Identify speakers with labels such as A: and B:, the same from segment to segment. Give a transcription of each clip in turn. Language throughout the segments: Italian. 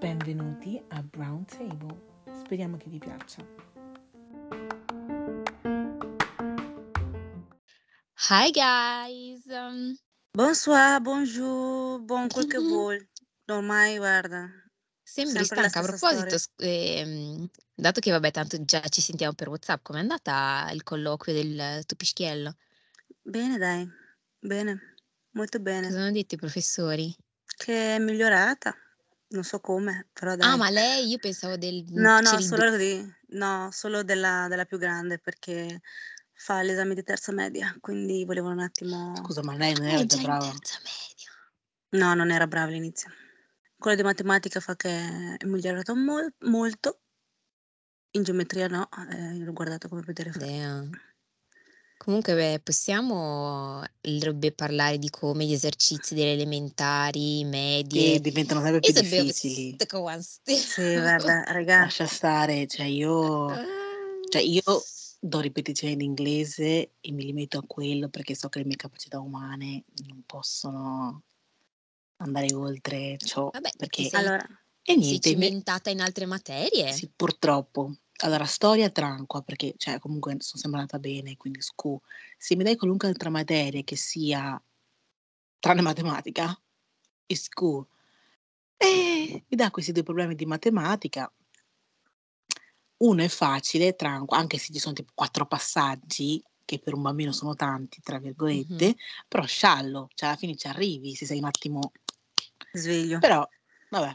A: Benvenuti a Brown Table. Speriamo che vi piaccia.
B: Hi guys! Ehm,
C: Bonsoir, bonjour, buon quel che vuoi. Ormai, guarda.
B: Sembri
C: Sempre la
B: stanca. A
C: stessa
B: proposito, sc- ehm, dato che vabbè, tanto già ci sentiamo per WhatsApp, com'è andata il colloquio del eh, tupischiello?
C: Bene, dai. Bene, molto bene.
B: Cosa hanno detto i professori?
C: Che è migliorata. Non so come, però dai.
B: Ah, ma lei io pensavo del
C: No, no,
B: c'eri due-
C: solo, di, no, solo della, della più grande perché fa l'esame di terza media, quindi volevo un attimo...
D: Scusa, ma lei non
B: È
D: era
B: Eh,
D: già
B: già in
D: brava?
B: terza media.
C: No, non era brava all'inizio. Quello di matematica fa che è migliorato mol- molto. In geometria no, eh, l'ho guardato come vedere fa.
B: Damn. Comunque, beh, possiamo eh, dovrebbe parlare di come gli esercizi delle elementari, medie.
D: Sì, diventano sempre più
B: It's a bit
D: difficili.
B: stick one step.
C: Sì, oh. guarda, raga,
D: Lascia stare, cioè io
B: Eh.
D: Cioè, io-
B: Ehm.
D: do ripetizioni in inglese e mi limito a quello perché so che le mie capacità umane non possono andare oltre ciò.
B: Vabbè,
D: perché...
B: sì.
C: allora,
D: E
B: Sei
D: niente, mi-
B: cimentata in altre materie?
D: Sì, purtroppo. Allora, storia tranqua, perché cioè, comunque sono sempre andata bene, quindi scu. Se mi dai qualunque altra materia che sia tranne matematica, e scu, e mi dà questi due problemi di matematica. Uno è facile, tranquillo, anche se ci sono tipo quattro passaggi, che per un bambino sono tanti, tra virgolette,
B: Mhm.
D: però sciallo, cioè alla fine ci arrivi, se sei un attimo
C: sveglio.
D: però, vabbè.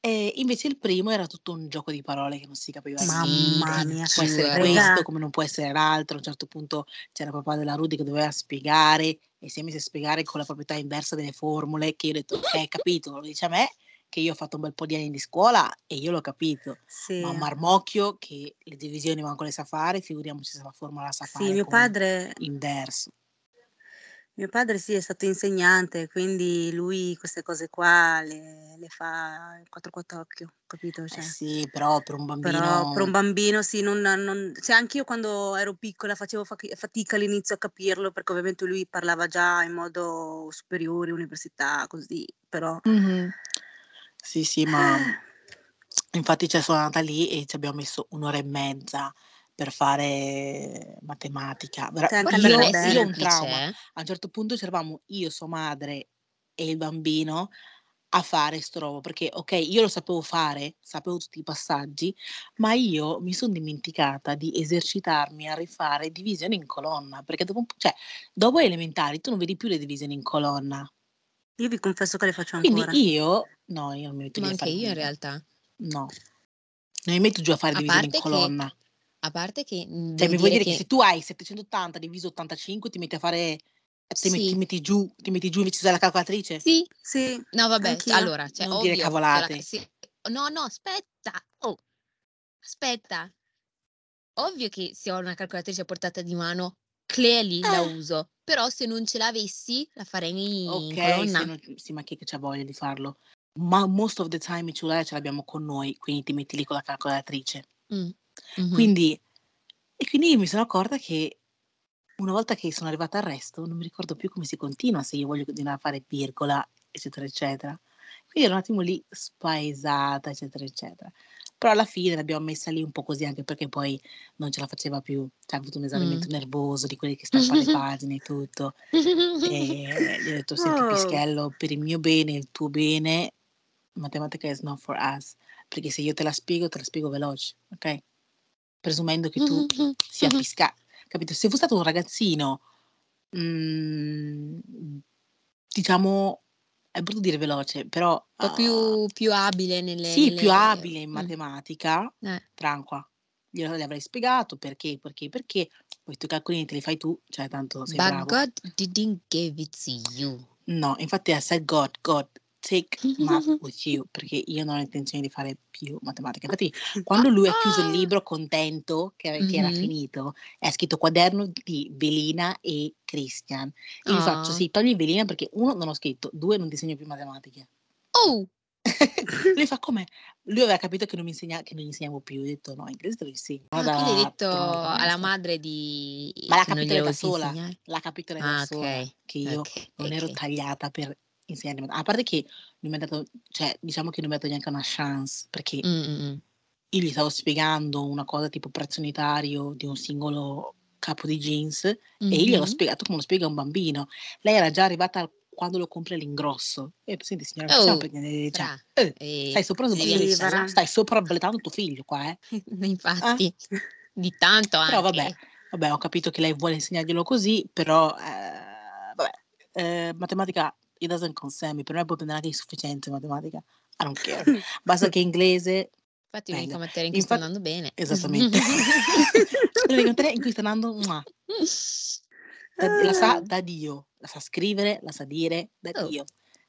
D: E invece il primo era tutto un gioco di parole che non si capiva
C: Mamma
D: niente.
C: mia.
D: Può essere
C: Raga.
D: questo, come non può essere l'altro. A un certo punto c'era papà della Rudy che doveva spiegare e si è messo a spiegare con la proprietà inversa delle formule che io ho detto, ok, capito, lo dice a me che io ho fatto un bel po' di anni di scuola e io l'ho capito.
C: Sì.
D: Ma un marmocchio che le divisioni manco le sa fare, figuriamoci se la formula la sa fare.
C: Sì, mio
D: con
C: padre,
D: Inverso.
C: mio padre sì è stato insegnante, quindi lui queste cose qua le, le fa il 4 quattr'occhio, capito?
D: Eh
C: Cioè,
D: sì, però per un bambino...
C: Però per un bambino sì, non, non, cioè anche io quando ero piccola facevo fa- fatica all'inizio a capirlo perché ovviamente lui parlava già in modo superiore, università, così, però...
D: Mhm. Sì, sì,
C: Ah.
D: ma... Infatti c'è suonata lì e ci abbiamo messo un'ora e mezza per fare matematica. Vera-
C: Cioè, anche
B: Guarda
C: per
B: che non
C: me
B: è
C: bene.
D: io ho un
B: semplice,
D: trauma.
B: eh.
D: A un certo punto c'eravamo io, sua madre e il bambino a fare sto robo, perché ok, io lo sapevo fare, sapevo tutti i passaggi, ma io mi sono dimenticata di esercitarmi a rifare divisione in colonna, perché dopo, un po', cioè, dopo elementari tu non vedi più le divisioni in colonna.
C: Io vi confesso che le faccio
D: Quindi
C: ancora.
D: io, no, io non mi metto
B: ma
D: lì a
B: anche
D: fare
B: io in
D: nulla.
B: realtà.
D: No, non mi metto giù a fare
B: A
D: divisione in
B: parte che-
D: colonna.
B: A parte che mh,
D: Cioè,
B: devo
D: mi vuoi
B: dire
D: dire che... se tu hai 780 diviso 85, ti metti a fare. Ti, metti,
B: Sì.
D: ti metti giù, ti metti giù invece di usare la calcolatrice?
B: Sì,
C: Sì,
B: no vabbè,
C: Anch'io.
B: allora, cioè,
D: Non
B: ovvio,
D: dire
B: se la-
D: cavolate.
B: se- no, no, aspetta, oh, aspetta. Ovvio che se ho una calcolatrice a portata di mano, clearly la
D: Eh.
B: uso, però se non ce l'avessi la farei in
D: Ok,
B: colonna.
D: se non- sì, ma chi che c'ha voglia di farlo? Ma most of the time il cellulare ce l'abbiamo con noi, quindi ti metti lì con la calcolatrice.
B: Mm, mhm.
D: Quindi, e quindi mi sono accorta che una volta che sono arrivata al resto, non mi ricordo più come si continua, se io voglio continuare a fare virgola, eccetera, eccetera. Quindi ero un attimo lì spaesata, eccetera, eccetera. Però alla fine l'abbiamo messa lì un po' così, anche perché poi non ce la faceva più. Cioè, ha avuto un esaurimento nervoso di quelli che stampano le pagine e tutto. E gli ho detto, senti
C: Oh.
B: Ah.
D: Pischello, per il mio bene e il tuo bene, matematica is not for us. Perché se io te la spiego, te la spiego veloce, ok? Presumendo che tu sia fiscale. Capito? Se fosse stato un ragazzino, mm, diciamo, è brutto dire veloce, però... ah,
B: Un po' più, più abile nelle...
D: Sì,
B: nelle-
D: più abile in
B: Mm,
D: matematica,
B: eh.
D: tranqua. Glielo le avrei spiegato perché, perché, perché. Poi tu calcolini te li fai tu, cioè tanto sei
B: But
D: bravo.
B: God didn't give it to you.
D: No, infatti I said God, God, take math with you, perché io non ho intenzione di fare più matematica. Infatti quando lui ha chiuso
B: Ah!
D: il libro contento che, che era
B: Mhm.
D: finito, ha scritto quaderno di Velina e Christian. E gli
B: Ah.
D: faccio, sì, togli Velina perché uno non ho scritto, due non disegno più matematiche.
B: Oh!
D: Lui fa come? Lui aveva capito che non, mi insegna, che non gli insegniamo più. Io ho detto no, inglese te lo insegno.
B: Ah,
D: Da-
B: quindi hai detto
D: prima della
B: alla
D: messa.
B: madre di...
D: Ma l'ha
B: che non
D: capito
B: glielo
D: lei da
B: volessi
D: sola.
B: insegnare?
D: L'ha capito lei da
B: Ah,
D: sola
B: ok.
D: che io
B: ok,
D: non ero
B: ok.
D: tagliata per insegnare. A parte che non mi ha dato, cioè diciamo che non mi ha dato neanche una chance perché
B: Mm, mm, mm.
D: io gli stavo spiegando una cosa tipo prezzo unitario di un singolo capo di jeans e io gliel'ho
B: Mhm.
D: spiegato come lo spiega un bambino. Lei era già arrivata al- quando lo compra l'ingrosso. E senti signora, non stiamo
B: Oh,
D: prendendo... Cioè,
B: Fra,
D: eh,
B: eh,
D: stai sopra
B: devi
C: Sì,
B: avercela.
C: verrà.
D: stai sopravvalutando tuo figlio qua, eh.
B: Infatti, di tanto
D: Però
B: anche.
D: vabbè, vabbè, ho capito che lei vuole insegnarglielo così, però eh, vabbè, eh, matematica it doesn't concern me, per me puoi prendere anche insufficiente matematica. I don't care. Basta che inglese
B: Infatti l'unica
D: meglio.
B: materia in cui sta
D: Infatti-
B: andando bene.
D: Esattamente. L'unica materia in cui sta andando mua, da- la sa da Dio, la sa scrivere, la sa dire da
B: Oh,
D: Dio.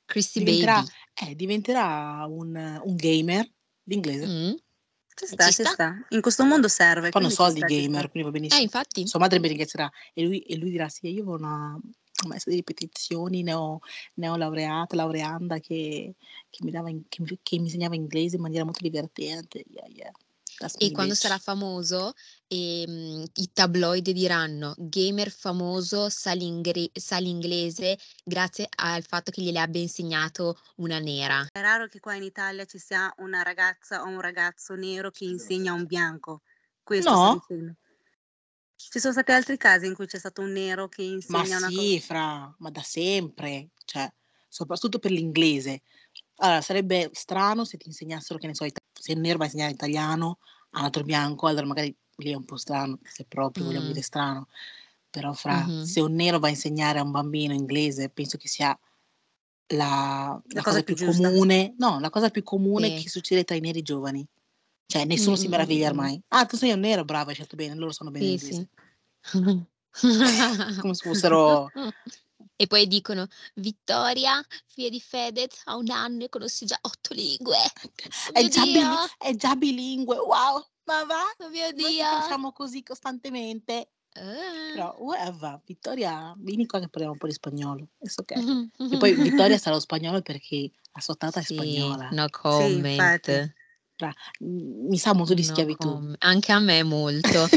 B: Christy
D: Diventerà,
B: Baby.
D: eh, diventerà un, un gamer l'inglese.
B: Mm.
C: Ci sta, ci
B: sta.
C: sta. In questo mondo serve.
D: Fanno
C: quindi ci
D: soldi
C: sta, ci
D: gamer,
C: sta.
D: quindi va
B: Eh,
D: benissimo.
B: infatti.
D: Sua madre mi ringrazierà e lui, e lui dirà: Sì, io avevo una maestra di ripetizioni, neo, neo laureata, laureanda che, che mi dava in- che mi- che mi insegnava inglese in maniera molto divertente. Yeah, yeah. That's
B: E
D: me,
B: quando
D: bitch.
B: sarà famoso, ehm, i tabloid diranno gamer famoso sa, l'ingre- sa l'inglese grazie al fatto che gliele abbia insegnato una nera.
C: È raro che qua in Italia ci sia una ragazza o un ragazzo nero che insegna a un bianco. Questo
D: No.
C: sto dicendo. Ci sono stati altri casi in cui c'è stato un nero che
D: Ma
C: insegna una cosa.
D: sì, fra, ma da sempre, cioè, soprattutto per l'inglese. Allora, sarebbe strano se ti insegnassero, che ne so, ita- se il nero va a insegnare italiano a un altro bianco, allora magari lì è un po' strano, se proprio vogliamo
B: Mm.
D: dire strano. Però, fra,
B: Mhm.
D: se un nero va a insegnare a un bambino inglese, penso che sia la, la
C: cosa
D: cosa
C: più
D: più
C: giusta.
D: comune, no, la cosa più comune
B: Sì.
D: che succede tra i neri giovani. Cioè, nessuno si
B: Mm, mm,
D: meraviglia
B: mm,
D: ormai. Ah, tu sei un nero, bravo, hai scelto bene, loro sanno bene
B: Sì,
D: l'inglese.
B: sì.
D: Come se fossero...
B: E poi dicono Vittoria, figlia di Fedez, ha un anno e conosce già otto lingue. Oh
D: è
B: mio
D: già,
B: Dio,
D: bili- è già bilingue, wow, ma va,
B: oh mio
D: noi che
B: Dio.
D: facciamo così costantemente.
B: Eh.
D: Però, whatever, Vittoria, vieni qua che parliamo un po' di spagnolo, it's ok. E poi Vittoria sa lo spagnolo perché la sua tata è
B: Sì,
D: spagnola,
B: no
C: Sì, infatti.
B: comment.
D: M- mi sa molto di
B: No
D: schiavitù.
B: comment. Anche a me molto.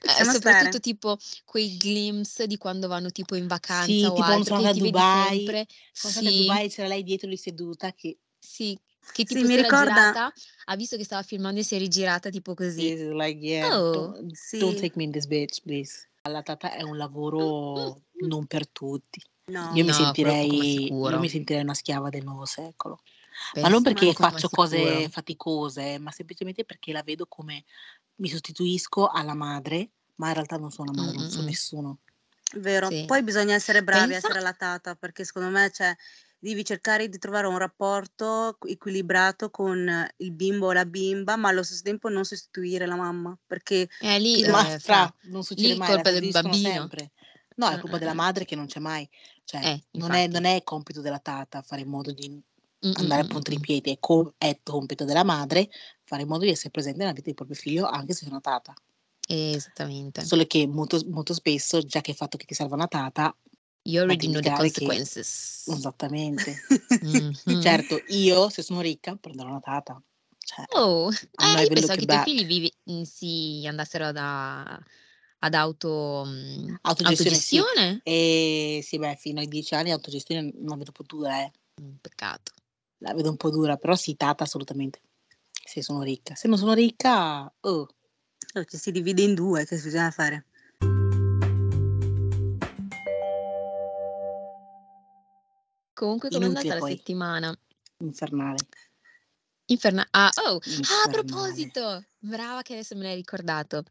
B: Eh,
C: Lasciamo
B: soprattutto
C: stare.
B: tipo quei glimpse di quando vanno tipo in vacanza
D: sì,
B: o
D: tipo quando
B: altro,
D: sono
B: che
D: andata
B: ti
D: a
B: vedi
D: Dubai,
B: sempre.
D: quando sono andata a
B: Sì,
D: Dubai c'era lei dietro lì seduta che
B: sì, che
C: Sì,
B: tipo
C: mi
B: si era
C: ricorda.
B: girata, ha visto che stava filmando e si è rigirata tipo così.
D: is like, yeah,
B: Oh,
D: don't, don't
C: Sì.
D: take me in this bitch, please. La tata è un lavoro non per tutti.
C: No.
D: Io mi
B: no, quello poco ma
D: sentirei, io
B: sicuro.
D: mi sentirei una schiava del nuovo secolo. Ma non
B: Penso
D: perché
B: poco ma
D: faccio cose
B: sicuro.
D: faticose, ma semplicemente perché la vedo come mi sostituisco alla madre, ma in realtà non sono la madre, non sono
B: Mm-mm-mm.
D: nessuno.
C: Vero,
B: Sì.
C: poi bisogna essere bravi a
B: Pensa,
C: essere allattata perché secondo me cioè, devi cercare di trovare un rapporto qu- equilibrato con eh, il bimbo o la bimba, ma allo stesso tempo non sostituire la mamma perché
B: eh, lì,
C: chi lo...
D: Ma
B: eh, fra,
D: fra, non succede
B: lì
D: mai, la
B: colpa del
D: sostituiscono
B: bambino.
D: sempre. No, è
B: Eh,
D: colpa della
B: eh,
D: madre che non c'è mai. Cioè,
B: eh. Eh,
D: non è, non
B: infatti.
D: è compito della tata fare in modo di
B: mm,
D: andare a punti di
B: Mm-mm-mm-mm.
D: piedi, è, co- è compito della madre fare in modo di essere presente nella vita del proprio figlio anche se è una tata.
B: Esattamente.
D: Solo che molto, molto spesso, già che il fatto che ti serva una tata,
B: You
D: va a
B: already know the
D: indicare che
B: consequences.
D: esattamente.
B: Mhm.
D: Certo, io se sono ricca prenderò una tata. Cioè,
B: Oh,
D: I'm
B: eh,
D: not
B: io
D: even
B: pensavo che
D: looking
B: i tuoi
D: back.
B: figli vivi- mm, si andassero ad, a- ad auto, mm,
D: Autogestione sì.
B: autogestione.
D: E sì, beh, fino ai 10 anni autogestione non la vedo un po' dura, eh.
B: Mm, Peccato.
D: La vedo un po' dura, però sì, tata assolutamente. Se sono ricca. Se non sono ricca, oh.
C: oh, ci si divide in due, che bisogna fare?
B: Comunque, com'è
D: Inutile
B: andata la
D: poi,
B: settimana?
D: infernale.
B: Inferna- ah, oh, ah, a
D: Infernale.
B: proposito, brava che adesso me l'hai ricordato.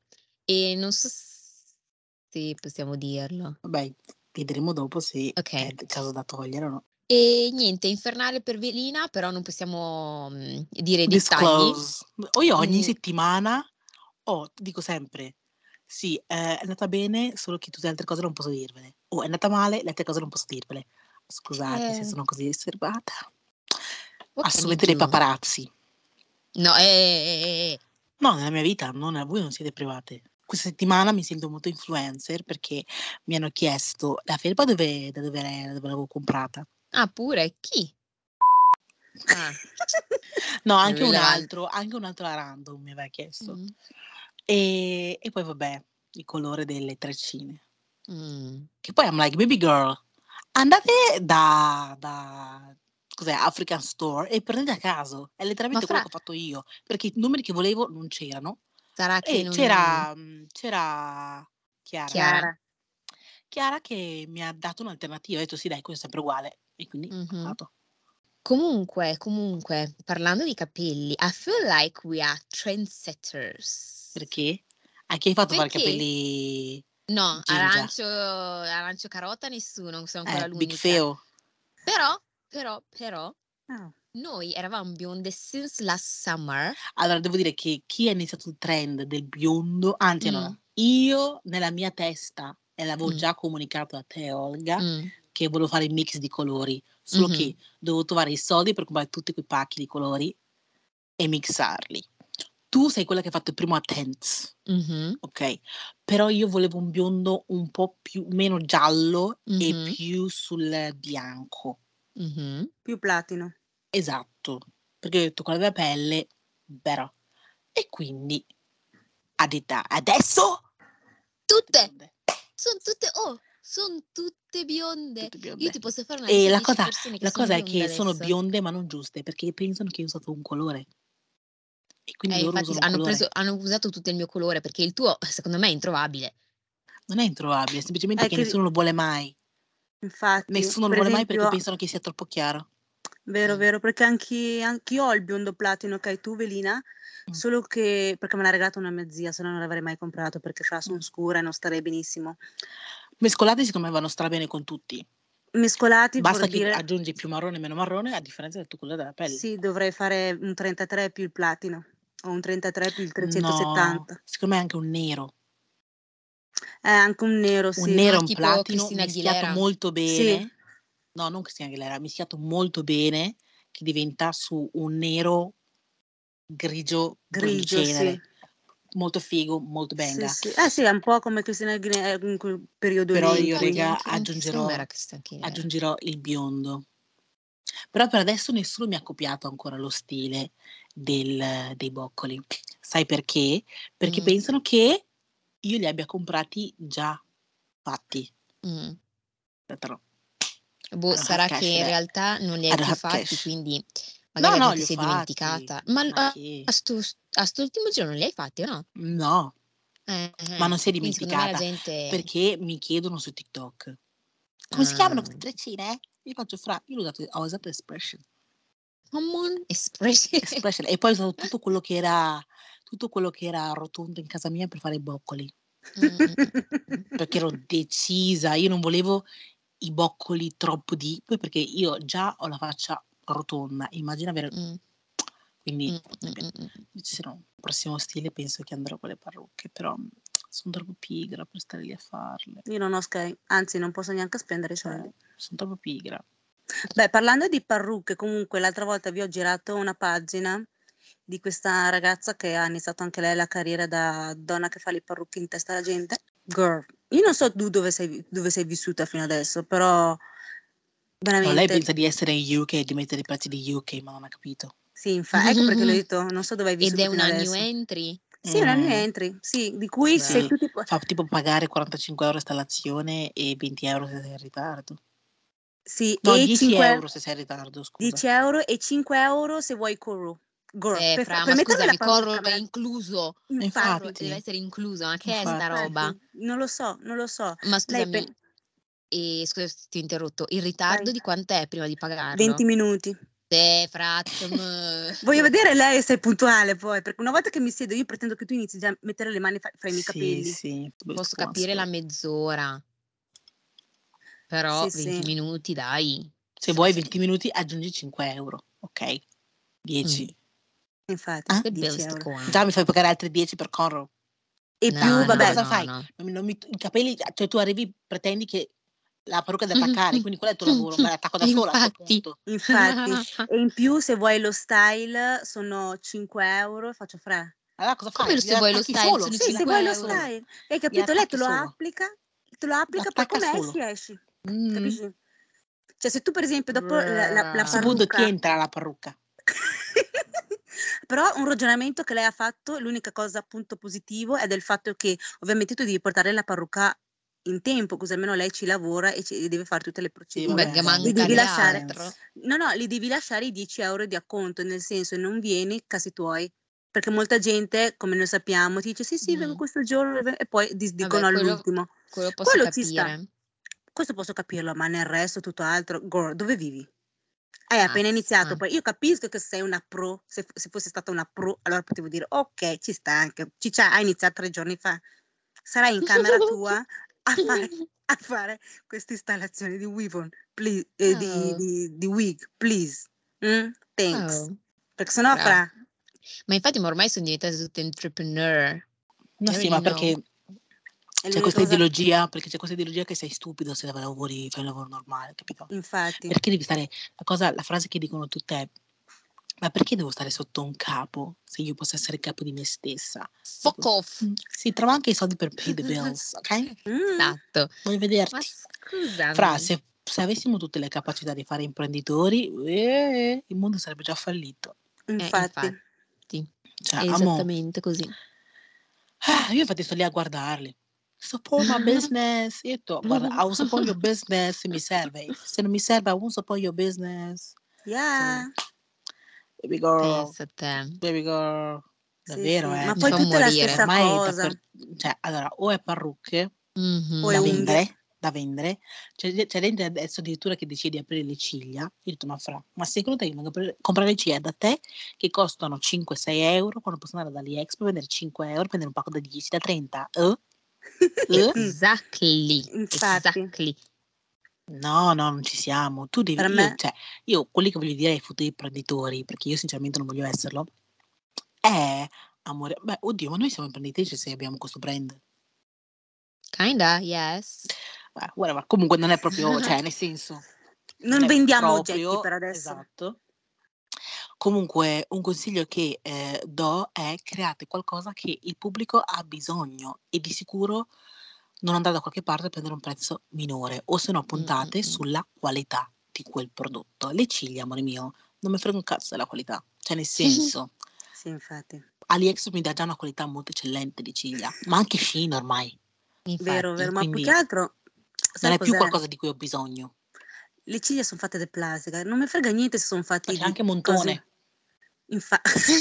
B: E non so s- se possiamo dirlo.
D: Vabbè, vedremo dopo se è
B: Ok.
D: il caso da togliere o no.
B: E niente, infernale per Velina, però non possiamo mm, dire i dettagli.
D: Disclose. O io ogni
B: Mm,
D: settimana ho, dico sempre, sì, eh, è andata bene, solo che tutte le altre cose non posso dirvele. O è andata male, le altre cose non posso dirvele. Scusate se
B: eh,
D: sono così riservata.
B: what can we
D: Assumete dei
B: do?
D: paparazzi.
B: No, eh, eh, eh,
D: No, nella mia vita, non, voi non siete private. Questa settimana mi sento molto influencer perché mi hanno chiesto la felpa dove, da dove, da dove l'avevo comprata.
B: eh. Ah, pure chi? Ah,
D: No, anche un
B: Rilevante.
D: altro, anche un altro a random mi aveva chiesto.
B: mm,
D: E, e poi vabbè, il colore delle treccine.
B: mm.
D: Che poi I'm like, baby girl, andate da, da cos'è, African Store e prendete a caso. È letteralmente
B: Ma fra-
D: quello che ho fatto io, perché i numeri che volevo non c'erano.
B: Sarà che
D: E
B: non...
D: Eh, c'era, mm, c'era Chiara.
B: Chiara.
D: Chiara che mi ha dato un'alternativa, ha detto sì dai, questo è sempre uguale. E quindi ho
B: Mhm.
D: fatto.
B: Comunque, comunque, parlando di capelli, I feel like we are trendsetters.
D: Perché? Anche hai fatto fare
B: Perché?
D: capelli
B: No,
D: Ginger.
B: arancio, arancio carota nessuno, sono ancora
D: eh,
B: l'unica.
D: big feo.
B: Però, però, però,
C: Ah.
B: noi eravamo bionde since last summer.
D: Allora, devo dire che chi ha iniziato il trend del biondo, anzi,
B: Mm.
D: allora, io nella mia testa, e l'avevo
B: Mm.
D: già comunicato a te, Olga,
B: Mm.
D: che volevo fare il mix di colori, solo
B: Mhm.
D: che dovevo trovare i soldi per comprare tutti quei pacchi di colori e mixarli. Tu sei quella che ha fatto il primo attempt,
B: Mhm.
D: ok? Però io volevo un biondo un po' più, meno giallo
B: Mhm.
D: e più sul bianco.
B: Mhm.
C: Più platino.
D: Esatto, perché ho detto con la mia pelle, però. E quindi ha detto adesso Cioè,
B: Tutte, sono tutte, oh, sono tutte bionde.
D: Tutte bionde.
B: Io ti posso fare una
D: E
B: lista
D: la
B: di 10
D: cosa-
B: persone che
D: La
B: sono
D: cosa è
B: bionde
D: che sono
B: adesso.
D: bionde ma non giuste perché pensano che io usato un colore. E quindi
B: Eh,
D: loro
B: infatti
D: usano un
B: hanno,
D: colore.
B: preso- hanno usato tutto il mio colore perché il tuo, secondo me, è introvabile.
D: Non è introvabile, è semplicemente
C: Eh,
D: che
C: che-
D: nessuno lo vuole mai.
C: Infatti,
D: Nessuno lo
C: per
D: vuole mai
C: esempio-
D: perché pensano che sia troppo chiaro.
C: Vero,
B: Mm.
C: vero, perché anche, anch'io ho il biondo platino che hai tu, Velina,
D: Mm.
C: solo che perché me l'ha regalato una mia zia, se no non l'avrei mai comprato perché fra
D: Mm.
C: sono scura e non starei benissimo.
D: Mescolati secondo me vanno strabene con tutti.
C: Mescolati
D: Basta
C: vorrei
D: che
C: dire,
D: aggiungi più marrone e meno marrone a differenza del tuo colore della pelle.
C: sì, dovrei fare un 33 più il platino o un 33 più il
D: No,
C: 370.
D: secondo me anche un nero.
C: Eh, anche un nero,
D: un
C: sì.
D: nero e
B: Ah,
D: un
B: tipo
D: platino
B: Christina
D: mischiato
B: Aguilera.
D: molto bene.
C: Sì.
D: No, non Cristina Aguilera, mischiato molto bene che diventa su un nero grigio
C: Grigio, sì.
D: bruncenere. Molto figo, molto benga.
C: Sì, sì. Eh sì, è un po' come Cristina Aguilera eh, in quel periodo
D: Però
C: lì. in
D: io,
C: cui-
D: raga,
B: anche, anche
D: aggiungerò-
B: secondo me era Christina Aguilera.
D: Aggiungerò il biondo. Però per adesso nessuno mi ha copiato ancora lo stile del- dei boccoli. Sai perché? Perché
B: Mm.
D: pensano che io li abbia comprati già fatti.
B: Mm.
D: Aspetta, no.
B: Boh,
D: Allora,
B: sarà
D: cash
B: che in
D: back.
B: realtà non li hai
D: Allora, hard
B: più fatti,
D: cash.
B: quindi
D: cioè, No,
B: magari
D: no,
B: anche ti
D: li ho
B: sei
D: fatti.
B: dimenticata. Ma l-
D: Ma
B: a,
D: che?
B: a sto, a sto ultimo giro non li hai fatti o no?
D: No,
B: Eh,
D: ma
B: eh.
D: non si è
B: Quindi secondo me
D: dimenticata
B: la gente...
D: perché mi chiedono su TikTok come si
B: Ah.
D: chiamano queste treccine? Io faccio fra, io l'ho usato, ho usato Expression.
B: Common expression.
D: Expression. e poi ho usato tutto quello che era tutto quello che era rotondo in casa mia per fare i boccoli,
B: Mm, mm, mm.
D: perché ero decisa, io non volevo i boccoli troppo di, poi perché io già ho la faccia rotonda, immagina avere,
B: Mm,
D: quindi eh,
B: mm, mm, mm, mm.
D: Invece se no, il prossimo stile penso che andrò con le parrucche, però mh, sono troppo pigra per stare lì a farle.
C: Io non ho Sky, anzi non posso neanche spendere i soldi.
D: Cioè, sono troppo pigra.
C: Beh, parlando di parrucche, comunque l'altra volta vi ho girato una pagina di questa ragazza che ha iniziato anche lei la carriera da donna che fa le parrucche in testa alla gente. Girl, io non so tu dove sei, dove sei vissuta fino adesso, però
D: No, lei
C: veramente...
D: pensa di essere in UK e di mettere i prezzi di UK, ma non ha capito.
C: Sì, infatti, ecco perché l'ho detto, non so dove hai
B: Ed
C: vissuto
B: è
C: fino
B: una new Eh.
C: adesso.
B: entry.
C: Sì, è una new
D: Mm.
C: entry, sì, di cui
D: Sì.
C: sei tu tipo...
D: Fa tipo pagare 45 euro installazione e 20 euro se sei in ritardo.
C: Sì,
D: No,
C: e
D: 10
C: cinque-
D: euro se sei in ritardo, scusa.
C: 10 euro e 5 euro se vuoi corru. Girl,
B: Eh,
C: per,
B: fra,
C: fa-
B: ma
C: per mettermi la
B: scusami,
C: parrucca,
B: Corro
C: me
B: è
C: la-
B: incluso.
D: Infatti.
B: Corro deve essere incluso, ma che è
D: Ah, Infatti.
B: sta roba?
C: Infatti, non lo so, non lo so.
B: Ma
C: Lei
B: scusami,
C: pe-
B: e, scusa se ti ho interrotto, il ritardo
C: Vai.
B: di quant'è prima di pagarlo?
C: 20 minuti.
B: Eh, frat, m-
C: Voglio vedere lei se è puntuale poi, perché una volta che mi siedo io pretendo che tu inizi già a mettere le mani fra, fra i miei
D: Sì,
C: capelli.
D: sì.
B: posso capire la mezz'ora, però
C: Sì,
B: 20
C: sì.
B: minuti, dai.
D: Se vuoi 20 minuti aggiungi 5 euro, ok? 10.
B: Mm.
C: Infatti,
D: Ah?
B: Che
C: 10
B: bello
C: euro.
D: Già mi fai pagare altri 10 per Conroe.
C: E
B: No,
C: più,
D: Quindi
C: vabbè,
D: cosa
B: no,
D: fai?
B: no.
D: Non mi- non mi- I capelli, cioè tu arrivi, pretendi che la parrucca è da attaccare, quindi quello è il tuo lavoro, me l'attacco da sola a questo
B: Infatti.
D: punto.
C: infatti. E in più, se vuoi lo style, sono 5 euro e faccio fre.
D: Allora cosa fai?
B: Come lo se
D: Gliela
B: vuoi lo
D: attacchi
B: style,
D: solo,
B: sono
C: Sì, se
B: 5
C: vuoi lo
B: euro.
C: style. Hai
D: Gliela
C: capito? Lei
D: attacchi
C: te lo
D: solo.
C: applica, te lo applica, poi
D: L'attacca
C: come
D: solo.
C: esci, esci.
D: Mm.
C: Capisci? Cioè, se tu, per esempio, dopo la, la, la
D: A questo punto ti
C: parrucca.
D: entra la parrucca.
C: Però un ragionamento che lei ha fatto, l'unica cosa appunto positivo è del fatto che ovviamente tu devi portare la parrucca in tempo, così almeno lei ci lavora e ci- deve fare tutte le
D: Sì,
C: procedure.
D: vabbè,
B: Beh, manca
D: li
C: devi
B: di
C: lasciare.
B: altro.
C: No, no, li devi lasciare i 10 euro di acconto, nel senso non vieni casi tuoi. Perché molta gente, come noi sappiamo, ti dice sì, sì, vengo
B: Mhm.
C: questo giorno e poi dis- dicono
B: Vabbè, quello-
C: all'ultimo.
B: Quello posso
C: Quello ci sta.
B: capire.
C: Questo posso capirlo, ma nel resto tutto altro. Girl, dove vivi?
D: Ah,
C: Hai appena
B: Mazza.
C: iniziato, poi io capisco che sei una pro, se, f- se fossi stata una pro allora potevo dire ok, ci sta anche, ciccia, hai iniziato tre giorni fa, sarai in camera tua a fare, a fare questa installazione di Weavon, please, eh, di,
B: Oh.
D: Ah.
C: di, di Wig, please, Mm? thanks,
B: Oh,
C: perché sennò
B: brava.
C: fra,
B: Ma infatti ma ormai sono diventate tutte entrepreneur.
D: No,
B: I
D: sì,
B: already
D: ma
B: know.
D: perché
C: è
D: c'è
C: l'unica
D: Cioè, questa
C: cosa,
D: ideologia, perché c'è questa ideologia che sei stupido se lavori, fai un lavoro normale, capito?
C: infatti,
D: Perché devi stare, la cosa, la frase che dicono tutte è, ma perché devo stare sotto un capo se io posso essere il capo di me stessa?
B: Fuck off.
D: Mm, Sì, trovo anche i soldi per pay the bills, ok?
C: Mm,
B: Esatto.
D: Voglio
B: Ma
D: vederti.
B: scusami.
D: Fra, se, se avessimo tutte le capacità di fare imprenditori, eh, il mondo sarebbe già fallito.
B: Eh,
C: infatti,
B: infatti.
D: Cioè,
B: È
D: amo.
B: esattamente così.
D: Ah, io infatti sto lì a guardarli. Support my business. Io to, guarda, I will support your business se mi serve. Se non mi serve, I won't support your business.
C: yeah,
D: Cioè, Baby
C: Oh.
D: girl,
B: Pensa a te.
D: baby girl.
C: Eh sì,
D: Davvero,
C: sì,
D: eh.
C: ma
B: Mi
C: poi
B: fa
C: tutta la
B: morire.
C: stessa
D: Ormai
C: cosa,
D: dapper- cioè, allora, o è parrucche
B: Mhm.
C: poi
D: da
C: unghie.
D: vendere, da vendere. C'è, ge- c'è gente adesso addirittura che decide di aprire le ciglia. Io ho detto, ma fra, ma secondo te io vengo a pre- comprare le ciglia da te che costano 5-6 euro quando posso andare dall'Expo e vendere 5 euro, prendere un pacco da 10, da 30? Eh? Eh?
B: Exactly.
C: Infatti,
B: Exactly.
D: No, no, non ci siamo. Tu devi,
C: per
D: io,
C: me,
D: cioè, io quelli che voglio dire ai futuri imprenditori, perché io sinceramente non voglio esserlo, è amore. Beh, oddio, ma noi siamo imprenditrici se abbiamo questo brand.
B: Kinda, yes.
D: Beh, whatever. Eh, Comunque non è proprio, cioè, nel senso,
C: non
D: è
C: vendiamo oggetti
D: Eh, proprio
C: per adesso.
D: esatto. Comunque, un consiglio che eh, do è create qualcosa che il pubblico ha bisogno e di sicuro non andate da qualche parte a prendere un prezzo minore o se no puntate
B: Mm, mm, mm.
D: sulla qualità di quel prodotto. Le ciglia, amore mio, non mi frega un cazzo della qualità, cioè nel senso,
C: Sì, infatti.
D: AliEx mi dà già una qualità molto eccellente di ciglia, ma anche Shein ormai,
C: Vero,
B: Infatti.
C: vero, ma più
D: quindi
C: che altro,
D: non
C: sai
D: è più
C: cos'è?
D: qualcosa di cui ho bisogno.
C: Le ciglia sono fatte di plastica, non mi frega niente se sono
D: Ma
C: fatti
D: c'è
C: di
D: anche Montone.
C: cose. Infatti.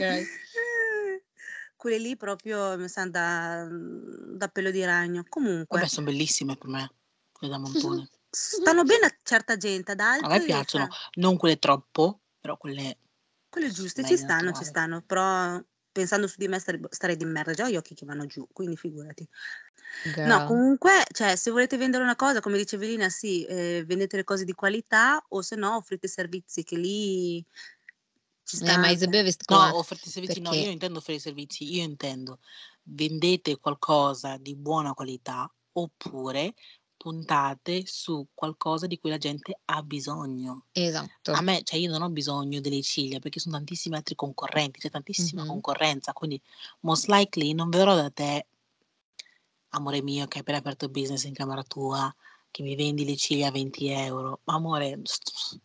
B: Girl.
C: Quelle lì proprio mi sa da, da pelo di ragno.
D: Vabbè,
C: Comunque,
D: sono bellissime per me, quelle da Montone.
C: stanno bene a certa gente, ad
D: A me
C: altri,
D: piacciono,
C: fra,
D: non quelle troppo, però quelle
C: quelle
D: sono
C: giuste ci
D: meglio
C: stanno, ci
D: naturali.
C: stanno, però pensando su di me stare, stare di merda, già ho gli occhi che vanno giù, quindi figurati. No,
B: Girl.
C: comunque, cioè, se volete vendere una cosa, come dice Evelina, sì, eh, vendete le cose di qualità o se no offrite servizi che lì ci sta
B: Eh, ma
C: anche.
B: Isabel Vescova,
D: No, offerte servizi, no, io non
B: perché
D: intendo offrire servizi, io intendo vendete qualcosa di buona qualità oppure puntate su qualcosa di cui la gente ha bisogno. A
B: esatto.
D: me, cioè io non ho bisogno delle ciglia perché sono tantissimi altri concorrenti, c'è tantissima
B: Mhm.
D: concorrenza, quindi most likely non verrò da te, amore mio, che hai appena aperto business in camera tua, che mi vendi le ciglia a 20 euro. Ma amore, st-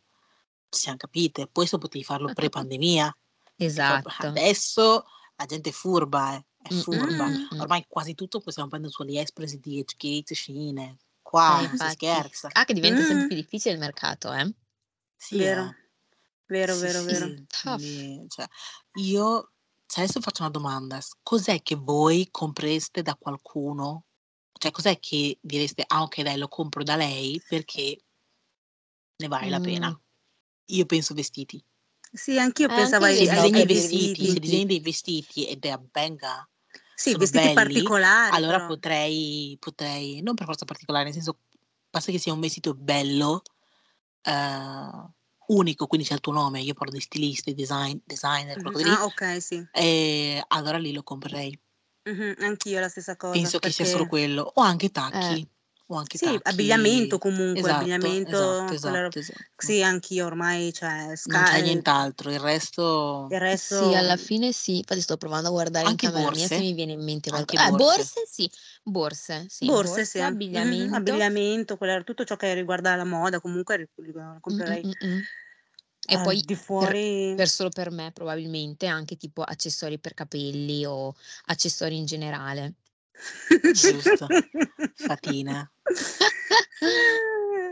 D: siamo capite, poi se potevi farlo pre-pandemia, perché poi
B: Esatto.
D: adesso la gente è furba, eh, "Ah, è
B: Mm, mm,
D: furba.
B: mm,
C: Mm,
B: mm.
D: Ormai quasi tutto possiamo prendere su AliExpress, DHgate, Shein, eh.
B: Eh,
D: qua non si
B: infatti.
D: scherza.
B: Ah, che diventa sempre
C: mm,
B: più difficile il mercato, eh?
D: Sì,
C: vero,
D: eh.
C: vero,
D: Sì,
C: vero, vero.
B: It's
D: sì,
B: tough.
D: quindi cioè, io cioè, adesso faccio una domanda. S- Cos'è che voi compreste da qualcuno? Cioè, cos'è che direste, ah ok dai, lo compro da lei perché ne vale la
B: Mm.
D: pena? Io penso vestiti.
C: Sì, anch'io
B: Eh, anche
C: pensavo
D: Se
C: ai,
B: io,
C: ai-
D: disegni
B: ai
D: i
C: ai
D: vestiti, se
C: vestiti. Ah,
B: vestiti.
D: disegni dei vestiti ed è a benga,
C: Sì,
D: sono
C: vestiti
D: belli,
C: particolari
D: allora
C: però.
D: potrei, potrei, non per forza particolare, nel senso, basta che sia un vestito bello, eh, unico, quindi c'è il tuo nome, io parlo di stilisti, design, designer,
C: Mhm,
D: qualcosa lì,
C: Ah, ok, sì.
D: e allora lì lo comprerei.
C: Mhm, Anch'io la stessa cosa,
D: Penso che sia solo
C: perché
D: quello, o anche
B: Eh,
D: tacchi, o anche
C: Sì,
D: tacchi.
C: abbigliamento comunque,
D: Esatto,
C: abbigliamento,
D: esatto,
C: quella
D: esatto,
C: roba-
D: esatto.
C: Sì, anch'io ormai, cioè,
D: Non
C: sca-
D: c'è nient'altro, il resto...
C: il resto...
B: Sì, alla fine sì, infatti sto provando a guardare
D: Anche
B: in camera mia se
D: borse?
B: mi viene in mente
D: Anche
B: qualcosa. Eh,
D: borse. Mm,
B: borse sì, borse, sì,
C: Borse, sì. mhm,
B: abbigliamento.
C: abbigliamento, quella- tutto ciò che riguarda la moda, comunque ri- ri-
B: mm, mm,
C: comprerei
B: mm, mm. E
C: al
B: poi
C: di fuori.
B: per solo per me probabilmente anche tipo accessori per capelli o accessori in generale.
D: Giusto. Fatina.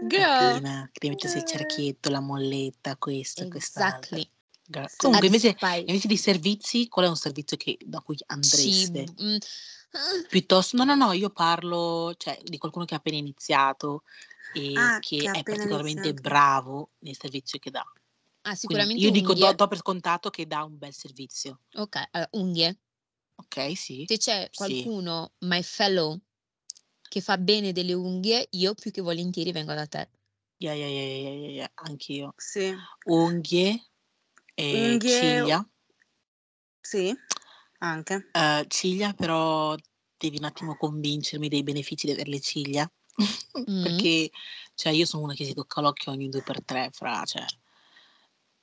B: Girl,
D: Fatina, che devi
C: Eh.
D: mettersi il cerchietto, la molletta, questo e quest'altro.
B: exactly.
D: Gra-
B: I'd
D: Comunque, invece,
B: spy
D: invece di servizi, qual è un servizio che, da cui andreste?
B: cibo. mm, ah,
D: Piuttosto, no, no, no, io parlo, cioè, di qualcuno che ha appena iniziato e
C: Ah, che
D: che
C: ha
D: è
C: appena
D: particolarmente
C: iniziato.
D: bravo nel servizio che dà.
B: Ah,
D: Quindi
B: sicuramente
D: io dico, do,
B: unghie.
D: do per scontato che dà un bel servizio.
B: Ok, allora, unghie.
D: Ok, sì,
B: Se c'è
D: sì.
B: qualcuno, my fellow, che fa bene delle unghie, io più che volentieri vengo da te.
D: Yeah, yeah, yeah, yeah, yeah, yeah, Anch'io.
C: Sì.
D: Unghie, eh,
C: Unghie,
D: ciglia.
C: sì, anche.
D: Eh, ciglia, però devi un attimo convincermi dei benefici di avere le ciglia.
C: Mm-hmm.
B: Mm,
D: Perché, cioè, io sono una che si tocca l'occhio ogni due per tre, fra, cioè,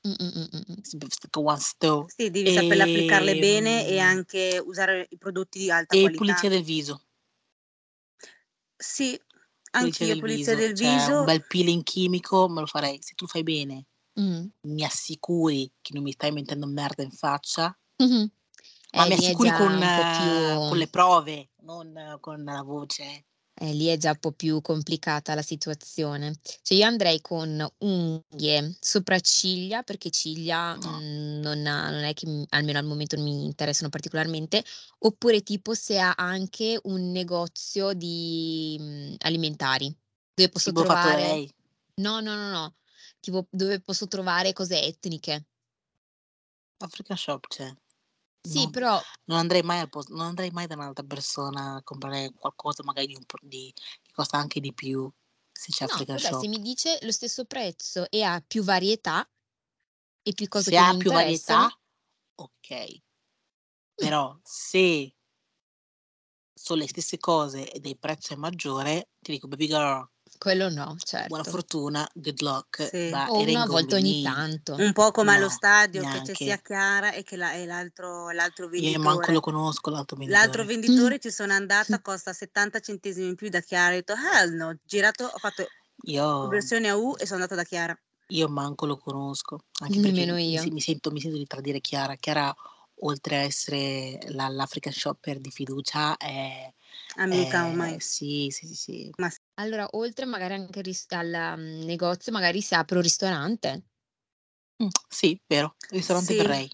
B: mm, mm, mm, mm, mm.
D: si- si tocca one stove.
C: Sì, devi saperle applicarle
D: E,
C: bene e
D: mm,
C: anche usare i prodotti di alta
D: e
C: qualità.
D: pulizia del viso.
C: Sì,
D: Pulizia
C: anch'io
D: del
C: pulizia
D: viso,
C: del
D: cioè un
C: viso.
D: bel peeling chimico me lo farei. Se tu fai bene,
B: Mm.
D: mi assicuri che non mi stai mettendo merda in faccia,
B: Mhm.
D: ma
B: Eh,
D: mi
B: lì è
D: assicuri
B: già
D: con,
B: un po' più,
D: eh, con le prove, non eh, con la voce.
B: eh, lì è già un po' più complicata la situazione. Cioè, io andrei con unghie, sopracciglia, perché ciglia
D: No.
B: mm, non, ha- non è che mi- almeno al momento non mi interessano particolarmente, oppure tipo se ha anche un negozio di mm, alimentari, dove posso
D: Cibo fatto da
B: trovare...
D: lei.
B: No, no, no, no. Tipo dove posso trovare cose etniche.
D: African Shop c'è.
B: Sì,
D: No,
B: però
D: non andrei mai al posto- non andrei mai da un'altra persona a comprare qualcosa magari di un pro- di- che costa anche di più se c'è
B: no,
D: African
B: vabbè, se
D: Shop.
B: mi dice lo stesso prezzo e ha più varietà e più cose
D: Se
B: che mi
D: ha più
B: interessano,
D: varietà, ok.
B: mm,
D: Però se sono le stesse cose ed il prezzo è maggiore, ti dico baby girl,
B: quello no,
D: buona
B: certo.
D: fortuna, good luck,
C: Sì.
D: ma
B: O
D: era
B: una volta ogni
D: inconveniente.
B: tanto.
C: Un po' come allo
D: No,
C: stadio, che ci sia
D: neanche.
C: Chiara e che la- e l'altro, l'altro
D: Io manco lo
C: venditore.
D: conosco l'auto venditore.
C: L'altro venditore ci sono andata, costa 70 centesimi in più da Chiara. Ho detto, ah no, ho girato, ho fatto
D: Io
C: conversione a U e sono andata da Chiara.
D: Io manco lo conosco, anche perché
B: Nemmeno
D: mi, mi
B: io.
D: se- mi sento, mi sento di tradire Chiara. Chiara, oltre a essere la- l'African shopper di fiducia, è,
C: Amica
D: è-
C: ormai.
D: Eh, sì, sì, sì, sì.
C: Ma s-
B: Allora, oltre magari anche al ris- al mm, negozio, magari si apre un ristorante.
D: Mm, sì, vero. Ristorante
C: sì,
D: verrei,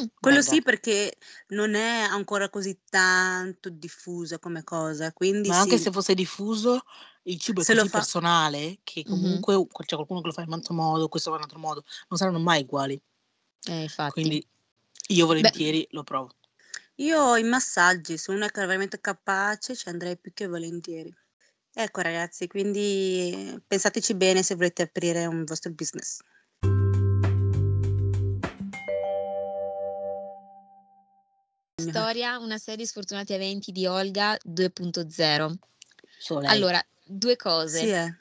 B: Mm,
C: quello
D: bella.
C: sì perché non è ancora così tanto diffusa come cosa, quindi
D: Ma anche
C: sì,
D: se fosse diffuso, il cibo è
C: se lo
D: così
C: fa. Mm-hmm.
D: personale che
B: mhm.
D: comunque u- c'è qualcuno che lo fa in un altro modo, questo fa in un altro modo, non saranno mai uguali.
B: Eh, infatti.
D: Quindi io
B: Beh,
D: volentieri lo provo.
C: Io i massaggi, se uno è ca- veramente capace, ci andrei più che volentieri. Ecco ragazzi, quindi eh, pensateci bene se volete aprire un vostro business.
B: storia, una serie sfortunati eventi di Olga 2.0.
D: Solo lei.
B: Allora, due
C: Sì,
B: cose.
C: eh.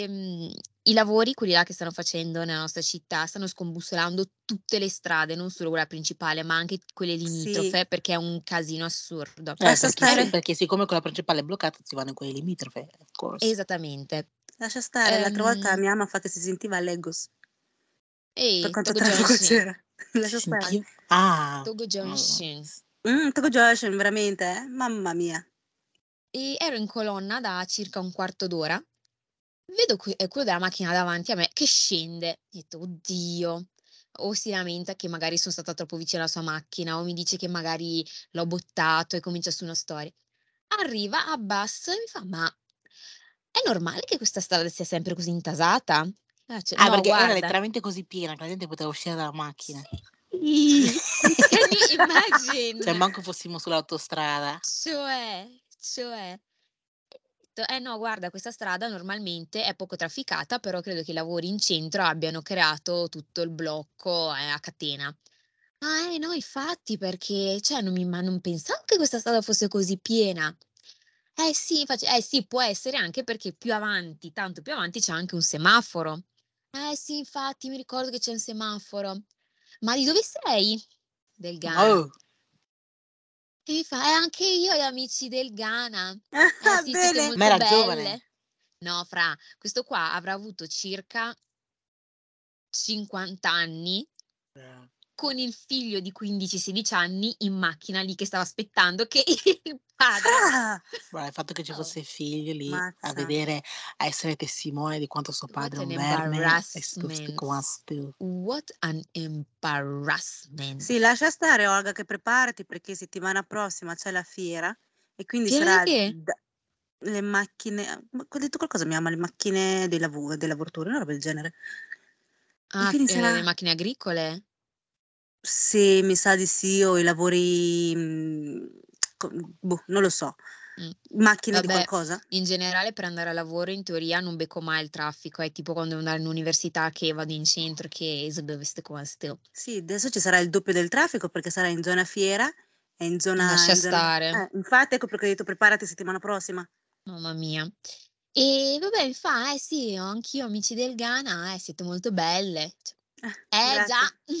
B: ehm, i lavori, quelli là che stanno facendo nella nostra città, stanno scombussolando tutte le strade, non solo quella principale, ma anche quelle
C: Sì,
B: limitrofe, perché è un casino assurdo.
D: Eh, perché,
C: lascia
D: sì,
C: stare,
D: perché siccome quella principale è bloccata, si vanno in quelle limitrofe, of course.
B: Esattamente.
C: lascia stare. L'altra volta
B: Ehm,
C: mia mamma ha fatto che si sentiva a Legos. Per
B: ehi,
C: quanto
B: Togo Junction,
C: traffico c'era.
D: Si
C: Lascia stare.
D: sentiva? Ah,
B: Togo
D: madonna.
B: Junction.
C: Mm, Tokyo Junction, veramente, eh? Mamma mia.
B: E ero in colonna da circa un quarto d'ora. Vedo que- eh, quello della macchina davanti a me che scende. Ho detto, oddio. O si lamenta che magari sono stata troppo vicina alla sua macchina, o mi dice che magari l'ho bottato e comincia su una storia. Arriva, abbassa e mi fa: Ma è normale che questa strada sia sempre così intasata? Ah, cioè,
D: Ah,
B: no,
D: perché era
B: guarda.
D: letteralmente così piena che la gente poteva uscire dalla macchina.
B: Sì, can you
D: cioè,
B: imagine?
D: manco fossimo sull'autostrada.
B: Cioè, cioè. E ho detto, Eh no, guarda, questa strada normalmente è poco trafficata, però credo che i lavori in centro abbiano creato tutto il blocco eh, a catena. Ah, eh no, infatti, perché cioè, non, mi, ma non pensavo che questa strada fosse così piena. Eh sì, faccio- eh sì, può essere anche perché più avanti, tanto più avanti c'è anche un semaforo. Eh sì, infatti, mi ricordo che c'è un semaforo. Ma di dove sei? Del Ghana.
D: Oh,
B: E mi fa, eh, anche io e amici del Ghana. Eh sì, siete
C: Ah, Bene.
B: molto
D: Ma era
B: belle.
D: giovane.
B: No, fra, questo qua avrà avuto circa 50 anni
C: Eh.
B: con il figlio di 15-16 anni in macchina lì che stava aspettando che il padre...
C: Ah,
D: Guarda, il fatto che ci
B: Oh.
D: fosse il figlio lì
C: Mazza.
D: a vedere, a essere testimone di quanto suo
B: What
D: padre è
B: an
D: un verme e
B: embarrassment.
D: still.
B: What an embarrassment.
C: sì, lascia stare Olga che preparati perché settimana prossima c'è la fiera e quindi
B: Fiera di
C: sarà
B: che?
C: da- le macchine, ma ho detto qualcosa mi ama, le macchine dei, lavu- dei lavoratori, una roba del genere.
B: Ah,
C: quindi
B: eh,
C: sarà-
B: le macchine agricole?
C: Sì, mi sa di sì, o i lavori, mm, co- boh, non lo so,
B: Mm.
C: macchine di
B: Vabbè,
C: qualcosa?
B: in generale per andare a lavoro in teoria non becco mai il traffico, è tipo quando devo andare all'università che vado in centro che is the best questo.
C: Sì, adesso ci sarà il doppio del traffico perché sarà in zona fiera e in zona...
B: Lascia
C: in zona-
B: stare,
C: eh, infatti ecco perché ho detto preparati settimana prossima.
B: mamma mia. E vabbè, mi fa, eh sì, ho anch'io amici del Ghana, eh, siete molto belle. Eh
C: Grazie.
B: già.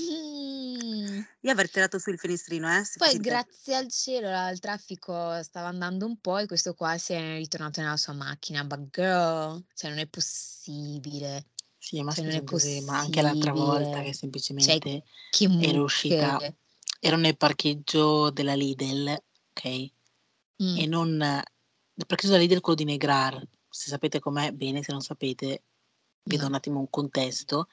C: Io avrei tirato su il finestrino, eh, se
B: Poi,
C: fossi in te.
B: grazie al cielo, la- il traffico stava andando un po' e questo qua si è ritornato nella sua macchina. But girl, cioè non è possibile,
D: Sì, ma
B: cioè non è
D: sempre così, ma anche l'altra volta che
B: possibile. Cioè,
D: semplicemente
B: che
D: ero uscita,
B: mucche.
D: ero nel parcheggio della Lidl, ok?
B: Mm,
D: E non... Il parcheggio della Lidl è quello di Negrar, se sapete com'è, bene, se non sapete, vi do
B: no.
D: un attimo un contesto,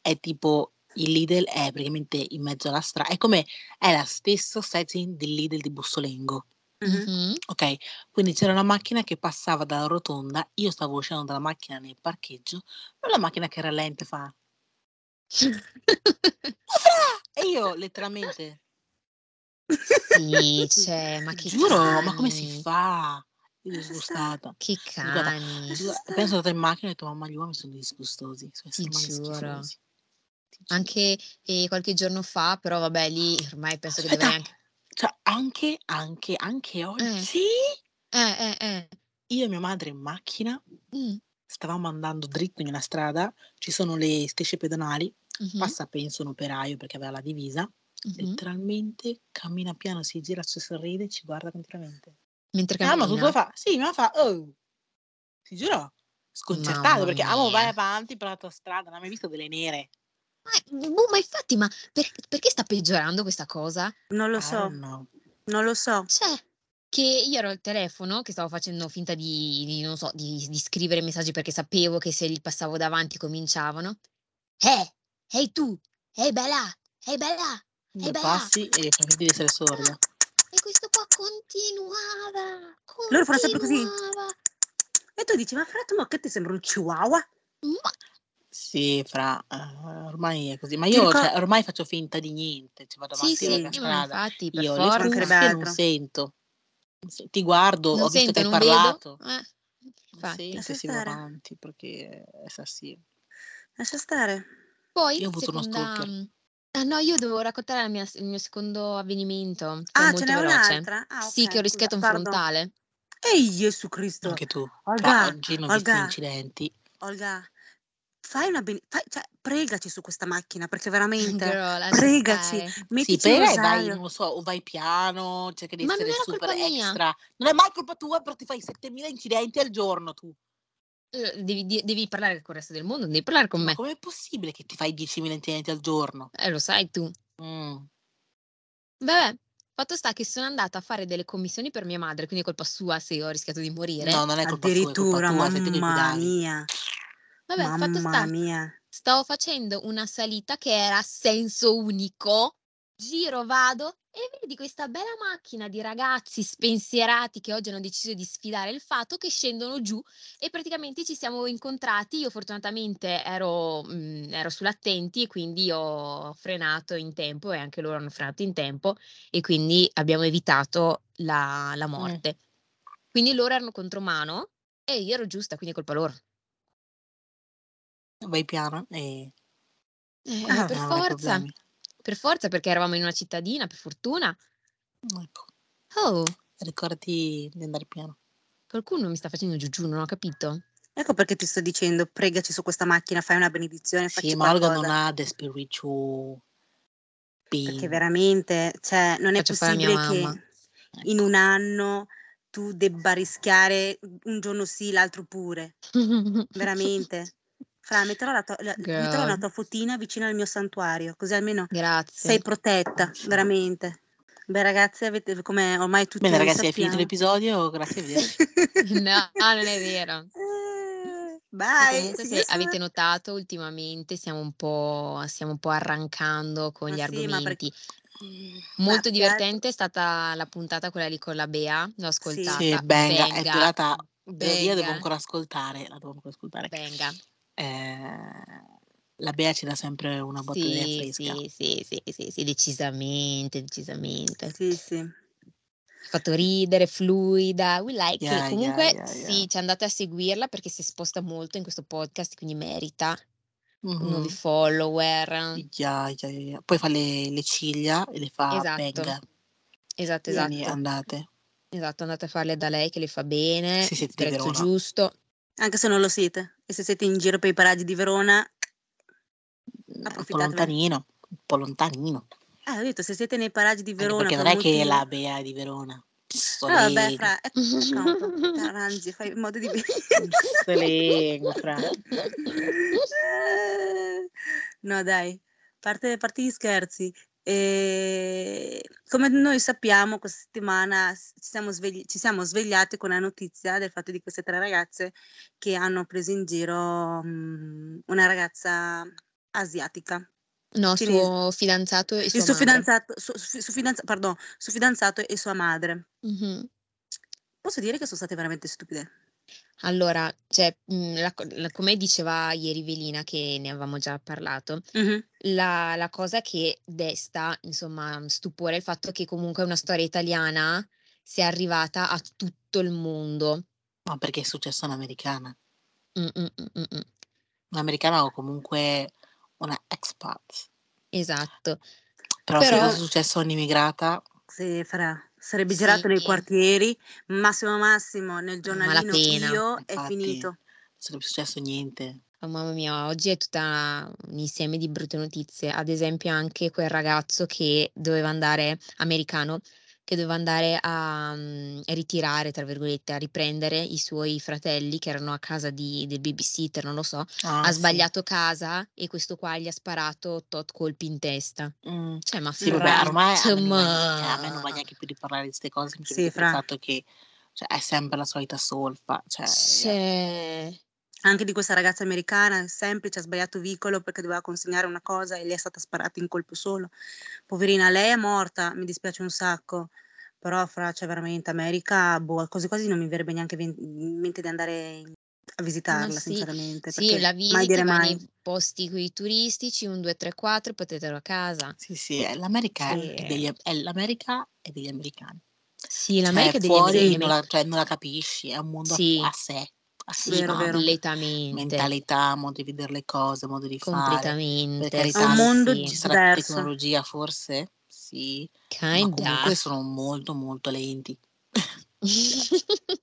D: è tipo... Il Lidl è praticamente in mezzo alla strada, è come è la stessa setting del Lidl di Bussolengo.
C: Mhm.
B: Mhm.
D: Ok, quindi c'era una macchina che passava dalla rotonda, io stavo uscendo dalla macchina nel parcheggio, ma la macchina che era lenta fa... E io letteralmente...
B: Sì, cioè, ma che
D: Giuro, ma come si
B: cani,
D: fa? Io
C: Lascia
D: disgustata.
B: che
D: Guarda,
B: cani,
C: Lascia stare.
D: Cioè, penso andata in macchina e ho detto, mamma, gli uomini sono disgustosi, cioè, sono
B: ti
D: esseri umani
B: giuro.
D: schifosi. Ti giuro.
B: Anche eh, qualche giorno fa, però vabbè, lì ormai penso che
D: Aspetta,
B: dovrei anche...
D: cioè anche, anche, anche
B: Eh,
D: oggi
B: eh, eh, eh.
D: io e mia madre in macchina
B: Mm,
D: stavamo andando dritto in una strada, ci sono le strisce pedonali,
B: mhm,
D: passa penso un operaio perché aveva la divisa,
B: mhm.
D: letteralmente cammina piano, si gira, ci sorride e ci guarda continuamente. Ah,
B: Mentre
C: Ah,
D: Mia mamma tutto
B: cammina.
D: fa, sì, mia mamma fa, oh, ti giuro, sconcertato
B: Mamma
D: perché amo vai
B: mia.
D: avanti per la tua strada, non hai mai visto delle nere.
B: Ma, boh, ma infatti, ma per- perché sta peggiorando questa cosa?
C: Non lo
D: I don't
C: so,
D: know.
C: non lo so.
B: Cioè, che io ero al telefono, che stavo facendo finta di, di, non so, di, di scrivere messaggi perché sapevo che se li passavo davanti cominciavano. Eh, ehi tu, ehi bella, ehi bella, ehi
D: Lo
B: bella.
D: passi e fai finta di essere sordo.
B: E questo qua continuava,
C: Loro fanno sempre così.
B: continuava.
C: E tu dici, ma frate, ma che ti sembra un chihuahua?
B: Ma
D: Sì, fra, eh, ormai è così, ma
C: Ti
D: io
C: ricor-
D: cioè, ormai faccio finta di niente, ci vado
B: sì,
D: avanti per
B: sì,
D: la
C: Sì.
B: ma
D: strada,
B: infatti, per
D: io le
C: Ci mancherebbe
B: forza.
D: cuffie non
C: altro.
D: sento, non se- ti guardo,
B: Non
D: ho visto che
B: sento,
D: hai
B: non vedo.
D: parlato,
B: Eh,
D: non
B: infatti.
D: sento
C: Lascia
D: e si va
C: stare,
D: avanti perché è assassino.
C: lascia stare.
B: Poi,
D: Io ho avuto uno
B: seconda...
D: stalker.
B: mm, Ah no, io devo raccontare la mia- il mio secondo avvenimento, che è
C: Ah, ce
B: molto
C: n'è
B: veloce.
C: un'altra? Ah,
B: Sì, che ho
C: ok, scusa,
B: rischiato un
C: pardon.
B: frontale.
C: Ehi, Gesù Cristo.
D: Anche tu, fra,
C: Olga,
D: oggi non ho visto
C: Olga,
D: incidenti.
C: Olga, fai una ben... fai- cioè, pregaci su questa macchina, perché veramente,
B: Girl, lascia
C: pregaci,
B: stare.
D: Sì,
C: mettici un
D: prega e vai, non
C: rosario.
D: lo so, o vai piano, cerca di
B: Ma non
D: essere
B: era
D: super
B: colpa mia.
D: extra. Non è mai colpa tua, però ti fai 7000 incidenti al giorno tu.
B: Eh, Devi, di- devi parlare con il resto del mondo, non devi parlare con
D: Ma
B: me.
D: com'è possibile che ti fai 10.000 incidenti al giorno?
B: Eh, lo sai tu.
D: Mm.
B: Vabbè, fatto sta che sono andata a fare delle commissioni per mia madre, quindi è colpa sua se ho rischiato di
D: No,
B: morire.
D: non è colpa sua, è colpa
C: Addirittura,
D: tua, sei tu che
C: mamma
D: guidavi.
C: mia,
B: Vabbè, fatto
C: mamma
B: sta,
C: mia.
B: stavo facendo una salita che era a senso unico. Giro, vado e vedi questa bella macchina di ragazzi spensierati che oggi hanno deciso di sfidare il fato che scendono giù e praticamente ci siamo incontrati. Io fortunatamente ero, mm, ero sull'attenti e quindi ho frenato in tempo e anche loro hanno frenato in tempo e quindi abbiamo evitato la, la
D: Mm.
B: morte. Quindi loro erano contromano e io ero giusta, quindi è colpa loro.
D: Vai piano e
B: Eh,
C: Ah,
B: per
D: e non avrai
B: forza,
D: problemi.
B: per forza, perché eravamo in una cittadina, per fortuna.
D: Ecco,
B: Oh,
D: ricordati di andare piano.
B: Qualcuno mi sta facendo giù, non ho capito.
C: Ecco perché ti sto dicendo, pregaci su questa macchina, fai una benedizione, facci
D: Sì, ma Olga
C: qualcosa.
D: non ha the spiritual being.
C: Perché veramente, cioè, non è
B: Faccio fare a mia
C: possibile
B: mamma.
C: che in un anno tu debba rischiare un giorno sì, l'altro pure. Veramente. Fra, metterò, la tua- la-
B: Girl.
C: metterò una tua fotina vicino al mio santuario, così almeno
B: Grazie.
C: sei protetta, veramente. Beh ragazzi, avete, come ormai tutti
D: Bene
C: noi
D: ragazzi, è finito
C: sappiamo.
D: l'episodio, grazie a vederci.
B: No, non è vero.
C: Eh, Bye.
B: Comunque, se
C: signor Sor-
B: avete notato, ultimamente stiamo un po', stiamo un po' arrancando con
C: Ma
B: gli
C: sì, ma perché- Mm.
B: argomenti. Molto
C: Ma certo. piace-
B: divertente è stata la puntata quella lì con la Bea, l'ho ascoltata.
D: Sì, Benga, è
B: Benga,
D: durata, devo dire, devo
B: Benga,
D: ancora ascoltare, la devo ancora ascoltare.
B: Benga.
D: Eh, la Bea ci dà sempre una botta di aria
B: Sì,
D: fresca.
B: sì, sì, sì, sì, sì, decisamente, decisamente.
C: Sì, sì.
B: Ha fatto ridere, fluida, we like
D: Yeah,
B: it.
D: yeah,
B: Comunque,
D: yeah,
B: sì, ci andate a seguirla perché si sposta molto in questo podcast, quindi merita
D: Mhm.
B: nuovi follower.
D: Yeah, yeah, yeah, yeah. Poi fa le, le ciglia e le fa
B: Esatto,
D: Benga.
B: Esatto,
D: Quindi
B: esatto.
D: andate.
B: Esatto, andate a farle da lei che le fa bene,
D: Se siete di
B: prezzo
D: Verona.
B: giusto.
C: Anche se non lo siete. E se siete in giro per i paraggi di Verona,
D: Un po'
C: Approfittatevene.
D: lontanino, un po' lontanino.
C: eh, ho detto, se siete nei paraggi di
D: Anche
C: Verona
D: perché
C: per
D: non
C: un
D: è che
C: motivo...
D: la Bea è di Verona.
B: Eh,
C: No, vabbè,
D: Pssolengo.
C: fra, è troppo. Taranzi, fai in modo di
D: Pssolengo, fra.
C: Eh, No, dai, parte, parte gli scherzi. E come noi sappiamo, questa settimana s- ci siamo, svegli- ci siamo svegliati con la notizia del fatto di queste tre ragazze che hanno preso in giro mm, una ragazza asiatica.
B: No,
C: Cinese.
B: suo fidanzato e
C: Il
B: sua
C: suo
B: madre.
C: fidanzato, su- su- su fidanza- pardon, suo fidanzato e sua madre.
B: Mhm.
C: Posso dire che sono state veramente stupide.
B: Allora, cioè, mh, la co- la- come diceva ieri Velina, che ne avevamo già parlato,
C: Mhm.
B: la, la cosa che desta, insomma, mhmm, stupore è il fatto che comunque una storia italiana sia arrivata a tutto il mondo.
D: Ma perché è successo un'americana?
B: Mm, mm, mm, mm, mm.
D: Un'americana o comunque una expat.
B: Esatto.
D: Però, se
B: Però-
D: fosse successo a un'immigrata,
C: Sì, fra, sarebbe
B: Sì. Eh,
C: girato nei quartieri, massimo massimo nel giornalino
B: Malapena,
C: Io è
D: infatti.
C: finito.
D: non sarebbe successo niente.
B: Oh, mamma mia, oggi è tutta un insieme di brutte notizie. Ad esempio, anche quel ragazzo che doveva andare, americano, che doveva andare a mm, ritirare, tra virgolette, a riprendere i suoi fratelli che erano a casa di- del babysitter, non lo so.
D: Ah,
B: ha
D: sì.
B: sbagliato casa e questo qua gli ha sparato tot colpi in testa.
D: Mm.
B: Cioè, ma
D: Sì,
B: fra-
D: vabbè, ormai a me, non va,
B: insomma. ah,
D: cioè, a me non va neanche più di parlare di queste cose,
C: Sì,
D: semplicemente per il
C: fra.
D: fatto che cioè, è sempre la solita solfa. Cioè,
B: Cioè,
C: Anche di questa ragazza americana, semplice, ha sbagliato vicolo perché doveva consegnare una cosa e le è stata sparata in colpo solo. Poverina, lei è morta, mi dispiace un sacco. Però fra, cioè veramente America, boh, quasi quasi non mi verrebbe neanche ven- in mente di andare in- a
B: ma
C: visitarla,
B: sì,
C: sinceramente.
B: sì,
C: perché
B: la
C: mai
B: visiti,
C: dire
B: vai
C: mai.
B: nei posti qui turistici, un, due, tre, quattro, potete a casa.
D: sì, sì, è- l'America, è-
B: Sì.
D: è degli, è l'America è degli americani.
B: Sì,
D: Cioè,
B: l'America è degli
D: fuori
B: americani.
D: non, la, cioè, non la capisci, è un mondo a-
B: Sì.
D: a, sé, a sé
B: Sì,
C: Vero, vero.
D: stante.
B: completamente,
D: Mentalità, modo di vedere le cose, modo di fare. Per
B: completamente,
D: carità,
C: È un mondo
B: sì,
D: ci sarà
C: diverso.
D: tecnologia forse? Sì, ma
B: kinda.
D: comunque sono molto molto lenti.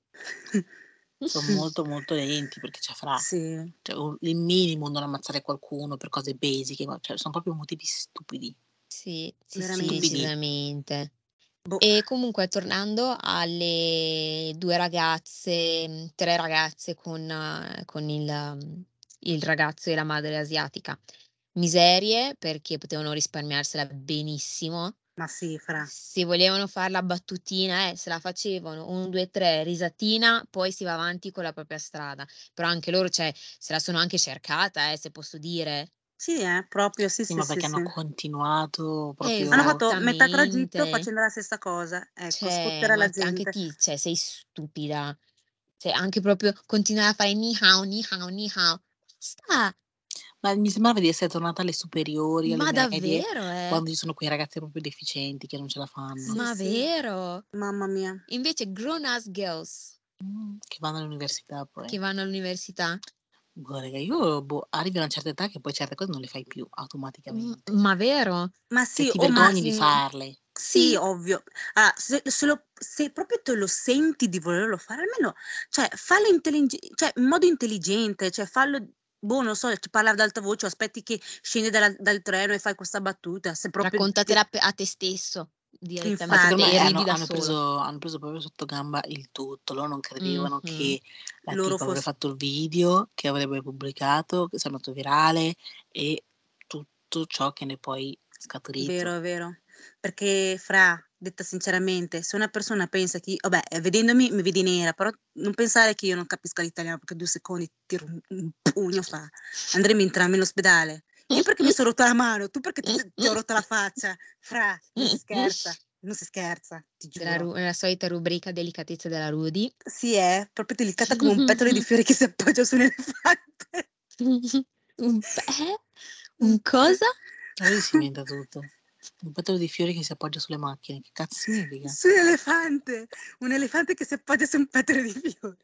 D: Sono molto molto lenti perché c'è fra
C: Sì.
D: cioè, un- il minimo non ammazzare qualcuno per cose basic, ma- cioè, sono proprio motivi stupidi.
B: Sì, sì, sì,
C: Veramente.
B: decisamente.
C: Boh.
B: E comunque tornando alle due ragazze, mm, tre ragazze con, eh, con il, mm, il ragazzo e la madre asiatica, miserie perché potevano risparmiarsela benissimo.
C: Ma sì, fra.
B: Se volevano fare la battutina, eh, se la facevano, un, due, tre, risatina, poi si va avanti con la propria strada. Però anche loro, cioè, se la sono anche cercata, eh, se posso dire.
C: Sì, eh, proprio, sì,
D: Sì,
C: sì,
D: ma
C: sì,
D: perché hanno
C: sì.
D: continuato proprio...
B: Esatto.
C: Hanno fatto metà tragitto
B: Esattamente.
C: facendo la stessa cosa, ecco,
B: Cioè,
C: spottere
B: ma
C: la
B: anche
C: gente.
B: ti, cioè, sei stupida. Cioè, anche proprio continuare a fare ni hao, ni hao, ni hao. Sta,
D: Ma mi sembrava di essere tornata alle superiori, alle
B: ma
D: medie,
B: davvero, eh?
D: quando ci sono quei ragazzi proprio deficienti che non ce la fanno,
C: Sì,
B: Ma
C: sì.
B: vero?
C: Mamma mia.
B: Invece grown ass girls
D: Mm, che vanno all'università
C: Eh.
D: poi.
B: che vanno all'università,
D: Boh, raga, io boh, arrivi a una certa età che poi certe cose non le fai più
B: M-
D: automaticamente.
B: ma vero?
C: Ma
D: Cioè,
C: sì,
D: ti
C: o ma...
D: vergogni di
B: sì.
D: farle.
C: Sì, ovvio. Ah, se, se lo- se proprio te lo senti di volerlo fare, almeno, cioè, fallo intellig- cioè, in modo intelligente, cioè, fallo, boh, non so, ti parla ad alta voce, aspetti che scendi dalla- dal treno e fai questa battuta, se proprio...
B: Raccontatela pe- a te stesso
D: Ma
B: direttamente
D: secondo
C: Infatti, eh,
B: e
D: me hanno,
B: ridi da
D: hanno
B: solo.
D: preso, hanno preso proprio sotto gamba il tutto. Loro non credevano
B: Mhm.
D: che la
C: Loro
D: tipa avrebbe
C: fosse-
D: fatto il video, che avrebbe pubblicato, che sarebbe andato virale e tutto ciò che ne è poi scaturito.
C: Vero, vero. Perché fra, detta sinceramente, se una persona pensa che, vabbè, eh, vedendomi mi vedi nera, però non pensare che io non capisca l'italiano, perché due secondi ti tiro un, un pugno fa, andremo entrambi in ospedale. Io perché mi sono rotta la mano, tu perché ti, ti ho rotta la faccia. Fra, non si scherza, non si scherza, ti
B: Della
C: giuro.
B: ru- la solita rubrica delicatezza della Rudy.
C: Sì, è proprio delicata come un petalo di fiori che si appoggia su un elefante.
B: un pe- un cosa?
D: La lui si inventa tutto. Un petalo di fiori che si appoggia sulle macchine. Che cazzo significa?
C: Su un elefante, un elefante che si appoggia su un petalo di fiori.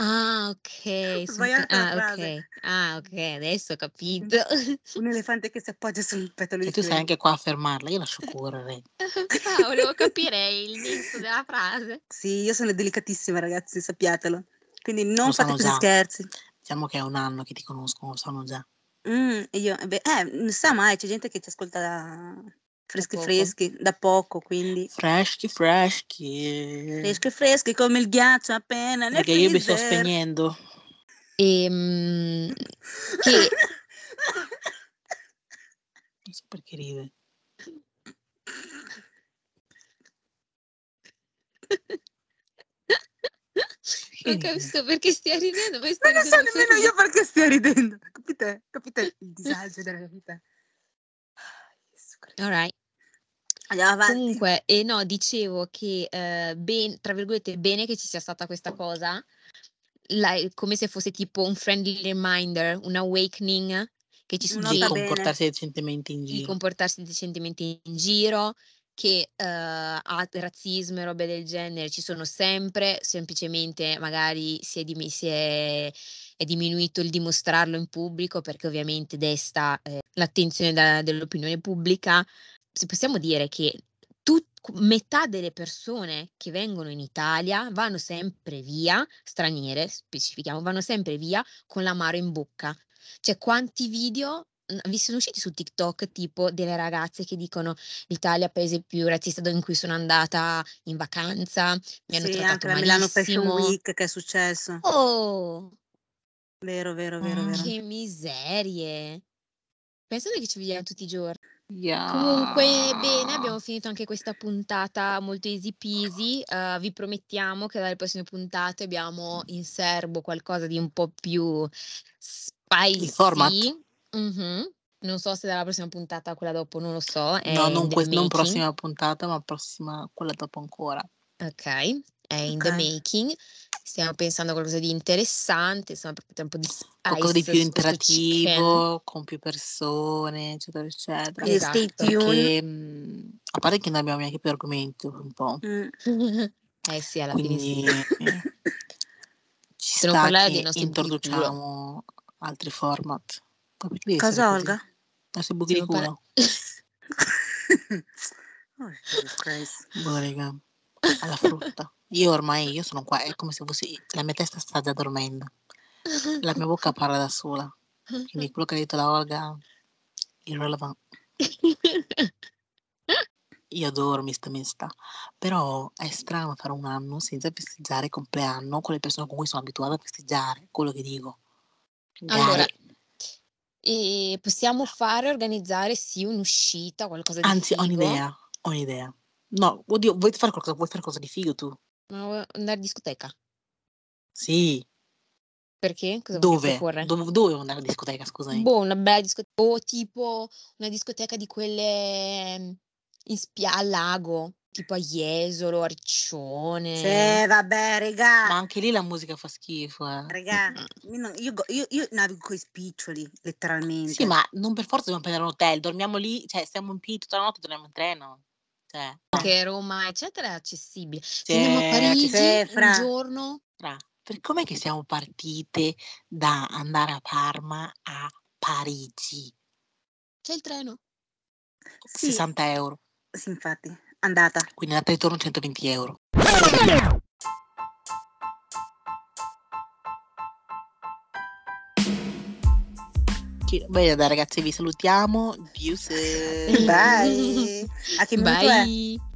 B: Ah, ok. su un pe-
C: Sbagliata la
B: ah,
C: frase.
B: ok. Ah, ok. Adesso ho capito. Ah,
C: Un elefante che si appoggia su un petalo
D: E
C: di
D: tu sei
C: fiori.
D: anche qua a fermarla. Io lascio correre.
B: Bravo, volevo capire il nesso della frase.
C: Sì, io sono delicatissima, ragazzi, sappiatelo. Quindi
D: Lo
C: non fate
D: sanno
C: questi
D: già.
C: scherzi.
D: Diciamo che è un anno che ti conoscono, lo sanno già.
C: Mm, e io, beh, eh, non si sa mai, c'è gente che ci ascolta da- freschi
B: poco.
C: freschi, da poco, quindi
D: Freschi, freschi.
C: freschi freschi come il ghiaccio appena nel
D: Perché io mi sto
C: freezer.
D: spegnendo.
B: Ehm, che
D: Non so perché ride. Perché
B: non
D: ride?
B: capisco perché stia ridendo, ma
C: Ma
B: stia
C: non so
B: ridendo
C: nemmeno
B: così.
C: io perché stia ridendo. Capite? Capite il disagio della mia vita? Ah, Gesù Cristo.
B: Alright.
C: Andiamo avanti.
B: Comunque, eh, no, dicevo che eh, ben- tra virgolette, bene che ci sia stata questa cosa, la- come se fosse tipo un friendly reminder, un awakening che ci
C: Un
D: Di
C: nota
B: che-
C: bene.
D: comportarsi decentemente in
B: di
D: giro.
B: comportarsi decentemente in giro, che eh, a- razzismo e robe del genere ci sono sempre, semplicemente magari si è, dimi- si è- è diminuito il dimostrarlo in pubblico perché ovviamente desta eh, l'attenzione da- dell'opinione pubblica. Se possiamo dire che tut- metà delle persone che vengono in Italia vanno sempre via, straniere specifichiamo, vanno sempre via con l'amaro in bocca. Cioè, quanti video mm, vi sono usciti su TikTok tipo delle ragazze che dicono l'Italia è il paese più razzista dove- in cui sono andata in vacanza, mi hanno
C: Sì,
B: trattato
C: anche la Milano Fashion
B: malissimo.
C: Week che è successo.
B: Oh,
C: Vero, vero, vero, vero.
B: che miserie! Pensate che ci vediamo tutti i giorni.
D: Yeah.
B: Comunque,
D: Ah.
B: bene, abbiamo finito anche questa puntata molto easy peasy. Eh, vi promettiamo che dalle prossime puntate abbiamo in serbo qualcosa di un po' più
D: Il format?
B: spicy. Mhm. Non so se dalla prossima puntata a quella dopo, non lo so, è
D: No, non,
B: in the
D: que- non
B: making.
D: prossima puntata, ma prossima, quella dopo ancora.
B: Ok, è in the
C: Ok.
B: making. Stiamo pensando a qualcosa di interessante, insomma, perché c'è un po' di
D: Qualcosa di
B: spice
D: più
B: su questo chicken.
D: interattivo, con più persone, eccetera, eccetera.
C: Quindi stay
B: Esatto.
C: tuned.
D: Perché, mh, a parte che non abbiamo neanche più argomenti un po',
C: Mm.
B: Eh sì, alla fine sì.
D: quindi eh, ci
B: Per
D: sta
B: non parlare dei
D: che
B: nostri buchi di culo.
D: introduciamo altri format. Ma Perché devi essere
C: Cosa,
D: così?
C: Olga?
D: Nostri buchi
B: Per
D: di
B: non parla-
D: culo.
C: oh, Jesus Christ.
D: Boh, raga, alla frutta. Io ormai, io sono qua, è come se fossi, la mia testa sta già dormendo, la mia bocca parla da sola. Quindi quello che ha detto la Olga, irrelevant. Io adoro Mr. Mista, però è strano fare un anno senza festeggiare il compleanno con le persone con cui sono abituata a festeggiare, quello che dico.
B: Allora,
D: Dai.
B: e possiamo fare, organizzare sì un'uscita, qualcosa di
D: Anzi, ho
B: figo,
D: un'idea, ho un'idea. No, oddio, vuoi fare qualcosa, vuoi fare qualcosa di figo tu?
B: ma vuoi andare in discoteca.
D: Sì.
B: Perché? Cosa vuoi
D: Dove?
B: proporre?
D: Dove, dove andare a discoteca, scusami?
B: Boh, una bella discoteca, o tipo una discoteca di quelle mm, in spia- al lago, tipo a Jesolo, Arcione.
D: Certo.
C: Sì, vabbè, regà.
B: Ah.
D: Ma anche lì la musica fa schifo, eh.
C: Regà, io, non- io go- io- io navigo coi spiccioli, letteralmente.
D: Sì, ma non per forza dobbiamo prendere un hotel, dormiamo lì, cioè stiamo in piedi tutta la notte, torniamo in treno. Cioè,
B: Anche Roma, eccetera, è accessibile. Se andiamo a
D: cioè, che
B: Parigi
C: Sì,
B: un
C: fra.
B: giorno,
D: Tra- Per com'è che siamo partite da andare a Parma a Parigi?
B: c'è il treno.
C: Sì,
D: 60 euro.
C: sì, infatti. andata.
D: Quindi andata e ritorno 120 euro. Chi- Bene, dai ragazzi, vi salutiamo. Deuces.
C: Bye. A che minuto è?
B: Bye.